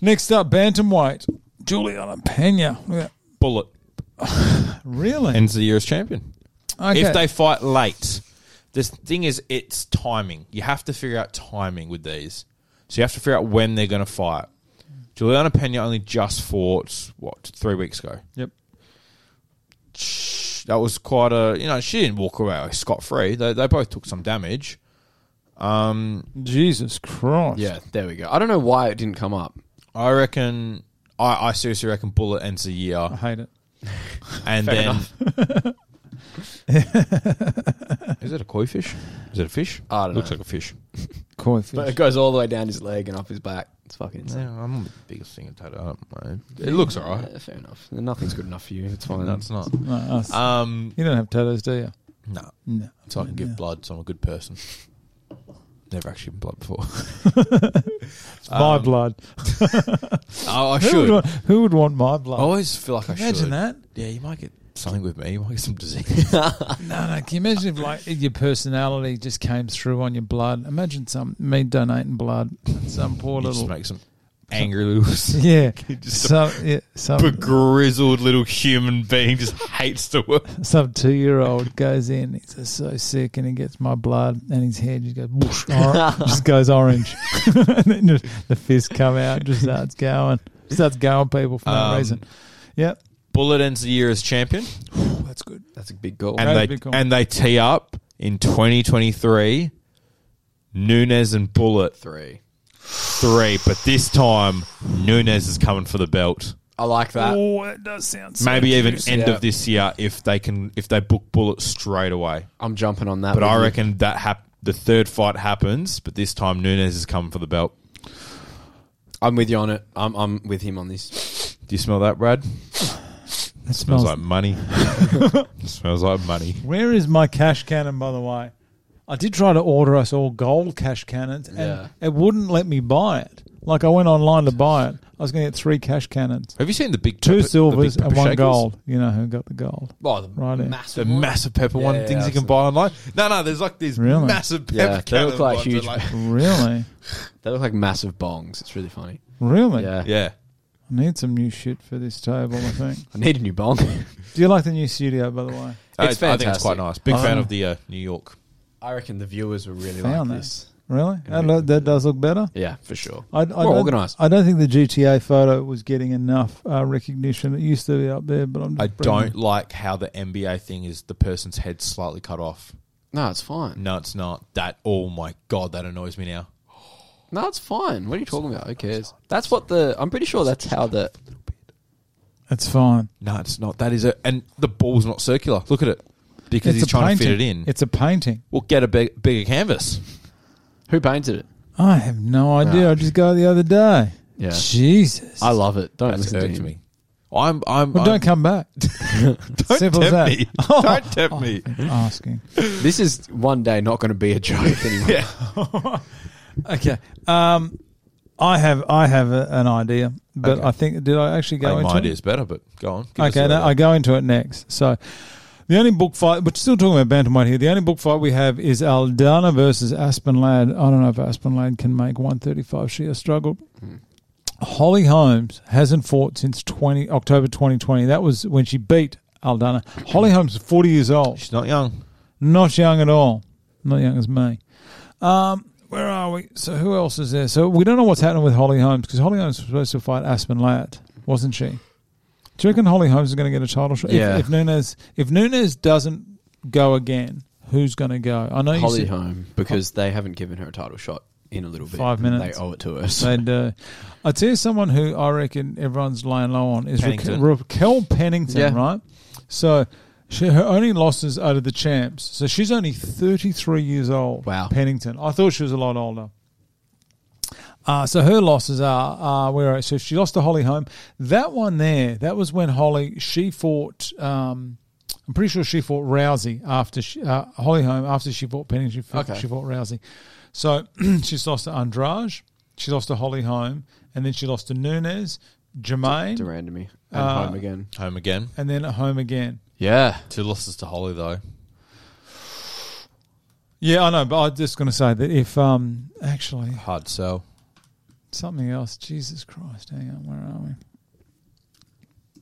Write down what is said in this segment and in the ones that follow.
Next up, bantamweight, Juliana Pena. Look at Bullet that. Really? ends the year as champion. okay. If they fight late, the thing is, it's timing. You have to figure out timing with these. So you have to figure out when they're going to fight. Juliana Pena only just fought, what, three weeks ago? yep. That was quite a, you know, she didn't walk away scot free. They, they both took some damage. Jesus Christ. Yeah, there we go. I don't know why it didn't come up. I reckon, I, I seriously reckon Bullet ends the year. I hate it. And then. is it a koi fish? Is it a fish? I don't Looks know. like a fish. Koi But fish. it goes all the way down his leg and up his back. It's fucking insane. Yeah, I'm the biggest thing tattoo. I don't know. It looks alright. Yeah, fair enough. Nothing's good enough for you. It's fine. That's not. No, us. Um, you don't have tattoos, do you? no. No. So I can give blood, so I'm a good person. Never actually been blood before. It's my blood. oh, Um, I Who would, should. want, who would want my I blood? always feel like I should. Imagine that. Yeah, you might get something with me. You might get some disease. No, no. Can you imagine if like if your personality just came through on your blood? Imagine some me donating blood, and some poor you little just make some angry little, yeah, just- some yeah, some begrizzled little human being just hates the world. some two year old goes in. He's just so sick, and he gets my blood, and his head just goes whoosh, or- just goes orange, and then just, the fist come out, just starts going, starts going people for no Um, reason. Yep, Bullet ends the year as champion, that's good. That's a big goal. That'd and be they cool. and they tee up in 2023. Nunez and Bullet Three. three, but this time Nunez is coming for the belt. I like that. oh, that does sound so Maybe even juicy. end yeah. of this year if they can if they book Bullet straight away. I'm jumping on that. But with I you. reckon that hap- the third fight happens, but this time Nunez is coming for the belt. I'm with you on it. I'm I'm with him on this. Do you smell that, Brad? That Smells smells like money. smells like money. Where is my cash cannon, by the way? I did try to order us all gold cash cannons, and Yeah. it wouldn't let me buy it. Like I went online to buy it, I was going to get three cash cannons, Have you seen the big two pepper- the silvers big and pepper one shakers? gold. You know who got the gold? Oh, the Right there. The massive, one. massive pepper one Yeah, things you can absolutely. buy online. No, no, there's like these Really? massive pepper. Yeah, they look cannon like ones that huge- Really, They look like massive bongs. It's really funny. really? Yeah. yeah, I need some new shit for this table. I think. I need a new bong. Do you like the new studio, by the way? I- It's I think it's quite fantastic. nice. Big fan Oh. of the uh, New York. I reckon the viewers will really Found like that. this. Really, that, lo- that does look better. Yeah, for sure. I, I don't- organised. I don't think the GTA photo was getting enough uh, recognition. It used to be up there, but I'm. Just I bringing don't like how the NBA thing is the person's head slightly cut off. No, it's fine. No, it's not. That oh my god, that annoys me now. No, it's fine. What are you talking about? Who cares? That's what the. I'm pretty sure that's how the. It's fine. No, it's not. That is it. And the ball's not circular. Look at it. Because he's a trying to fit it painting. in. It's a painting. we'll get a big, bigger canvas. Who painted it? I have no idea. Yeah. I just got it the other day. Yeah. Jesus. I love it. Don't That's listen to irked him. me. I'm. I'm. well, I'm- don't come back. don't Simple tempt as that. Oh, me. don't tempt me. Asking. This is one day not going to be a joke anymore. Okay. Um, I have I have a, an idea, but Okay. I think did I actually I go think my into? idea it? is better, but go on. Give us Okay, the no, idea. I go into it next. So. The only book fight, but still talking about bantamweight here. The only book fight we have is Aldana versus Aspen Ladd. I don't know if Aspen Ladd can make 135. She has struggled. Hmm. Holly Holmes hasn't fought since 20 October 2020. That was when she beat Aldana. Holly Holmes is 40 years old. She's not young. Not young at all. Not young as me. Um, where are we? So who else is there? So we don't know what's happening with Holly Holmes because Holly Holmes was supposed to fight Aspen Ladd, wasn't she? Do you reckon Holly Holmes is going to get a title shot? If- Yeah. If, Nunez, if Nunez doesn't go again, who's going to go? I know Holly you said home because they haven't given her a title shot in a little bit. Five minutes. They owe it to us. they'd. Uh, I tell you, someone who I reckon everyone's laying low on is Pennington. Raquel, Raquel Pennington, Yeah. right? So. She, her only losses are to the champs, so she's only thirty-three years old. Wow. Pennington. I thought she was a lot older. Uh, so her losses are uh, where so she lost to Holly Holm. That one there, that was when Holly she fought. Um, I'm pretty sure she fought Rousey after she, uh, Holly Holm after she fought Penny. She, fought- Okay. she fought Rousey. So she's lost to Andrade. She lost to Holly Holm, and then she lost to Nunez, Jermaine, Durand to me. And Uh, home again. Home again. and then at home again. Yeah. Two losses to Holly though. Yeah, I know, but I'm just going to say that if um, actually Hard sell. something else. Jesus Christ, hang on, where are we?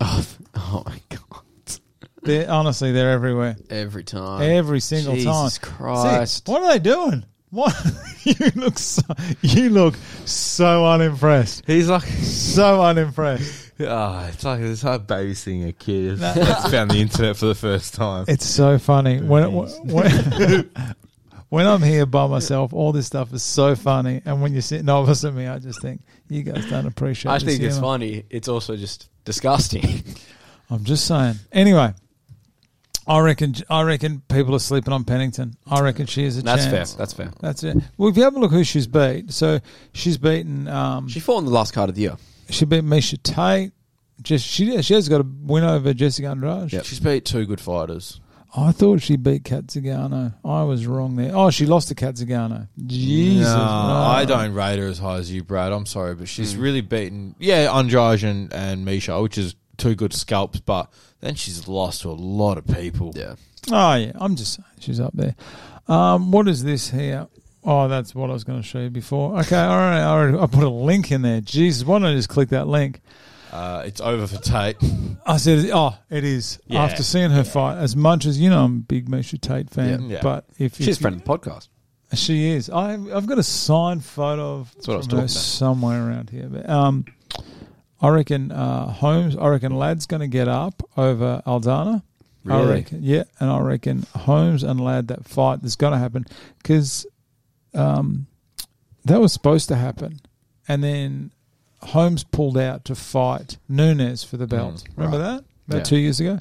Oh, oh my god! They're, honestly, they're everywhere. Every time. Every single time. Oh, Jesus Christ! See, what are they doing? What you look so you look so unimpressed. He's like, So unimpressed. ah, it's like it's like babysitting a kid. That's found the internet for the first time. It's so funny. When when, when I'm here by myself, all this stuff is so funny. And when you're sitting opposite me, I just think you guys don't appreciate I this think it's humor." funny. It's also just disgusting. I'm just saying. Anyway, I reckon I reckon people are sleeping on Pennington. I reckon she is a That's fair. chance. That's fair. That's it. Well, if you have a look who she's beat, so she's beaten. Um, She she, fought in the last card of the year. beat Misha Tate. Just she she has got a win over Jessica Andrade. Yep. She's beat two good fighters. I thought she beat Katzigano. I was wrong there. Oh, she lost to Katzigano. Jesus, No, no. I don't rate her as high as you, Brad. I'm sorry, but she's really beaten, yeah, Andrade and, and Misha, which is two good scalps, but then she's lost to a lot of people. Yeah. Oh yeah, I'm just saying she's up there. Um, what is this here? Oh, that's what I was going to show you before. Okay, all right, all right. I put a link in there. Jesus, why don't I just click that link? Uh, it's over for Tate. I said, oh, it is. Yeah. After seeing her fight, as much as you know, I'm a big Misha Tate fan, Yeah. Yeah. but if She's if a friend of the podcast. you, she is. I I've got a signed photo of from what I was her talking about. somewhere around here. But, um, I reckon uh, Holmes. I reckon Ladd's going to get up over Aldana. I Really? reckon, yeah, and I reckon Holmes and Ladd that fight that's going to happen because um, that was supposed to happen, and then Holmes pulled out to fight Nunes for the belt. Mm, Remember right. that about Yeah. two years ago.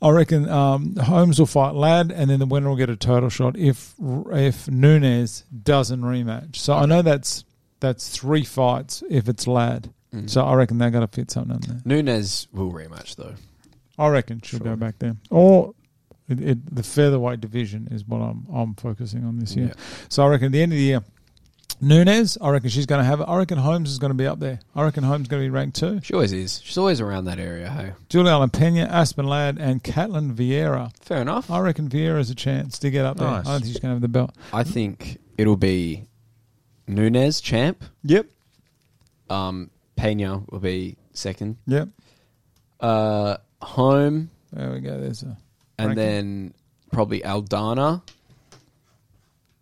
I reckon um, Holmes will fight Ladd, and then the winner will get a title shot if if Nunes doesn't rematch. So I know that's that's three fights if it's Ladd. So I reckon they're going to fit something in there. Nunez will rematch though. I reckon she'll go Surely. back there. Or it, it, the featherweight division is what I'm I'm focusing on this year. So I reckon at the end of the year, Nunes, I reckon she's going to have it. I reckon Holmes is going to be up there. I reckon Holmes is going to be ranked two. She always is. She's always around that area. Hey, Juliana Pena, Aspen Ladd, and Catelyn Vieira. fair enough. I reckon Vieira's a chance to get up there. Nice. I don't think she's going to have the belt. I think it'll be Nunez champ. Yep. Um, Pena will be second. Yep. Uh, home, There we go. There's a. and Ranking. then probably Aldana.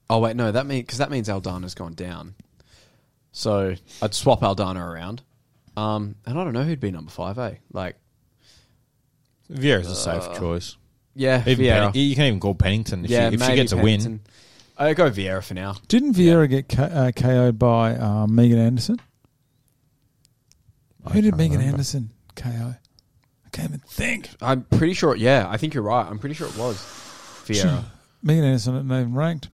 Oh wait, no, that means because that means Aldana's gone down. So I'd swap Aldana around. Um, and I don't know who'd be number five. Eh, like Vieira's a safe choice. yeah, Even Vieira. Penny- you can even call Pennington if, yeah, she, if she maybe gets a win. Pennington. I go Vieira for now. Didn't Vieira get K- uh, KO'd by uh, Megan Anderson? I Who did can't Megan remember. Anderson KO? I can't even think. I'm pretty sure. Yeah, I think you're right. I'm pretty sure it was Vieira. Megan Anderson isn't even ranked.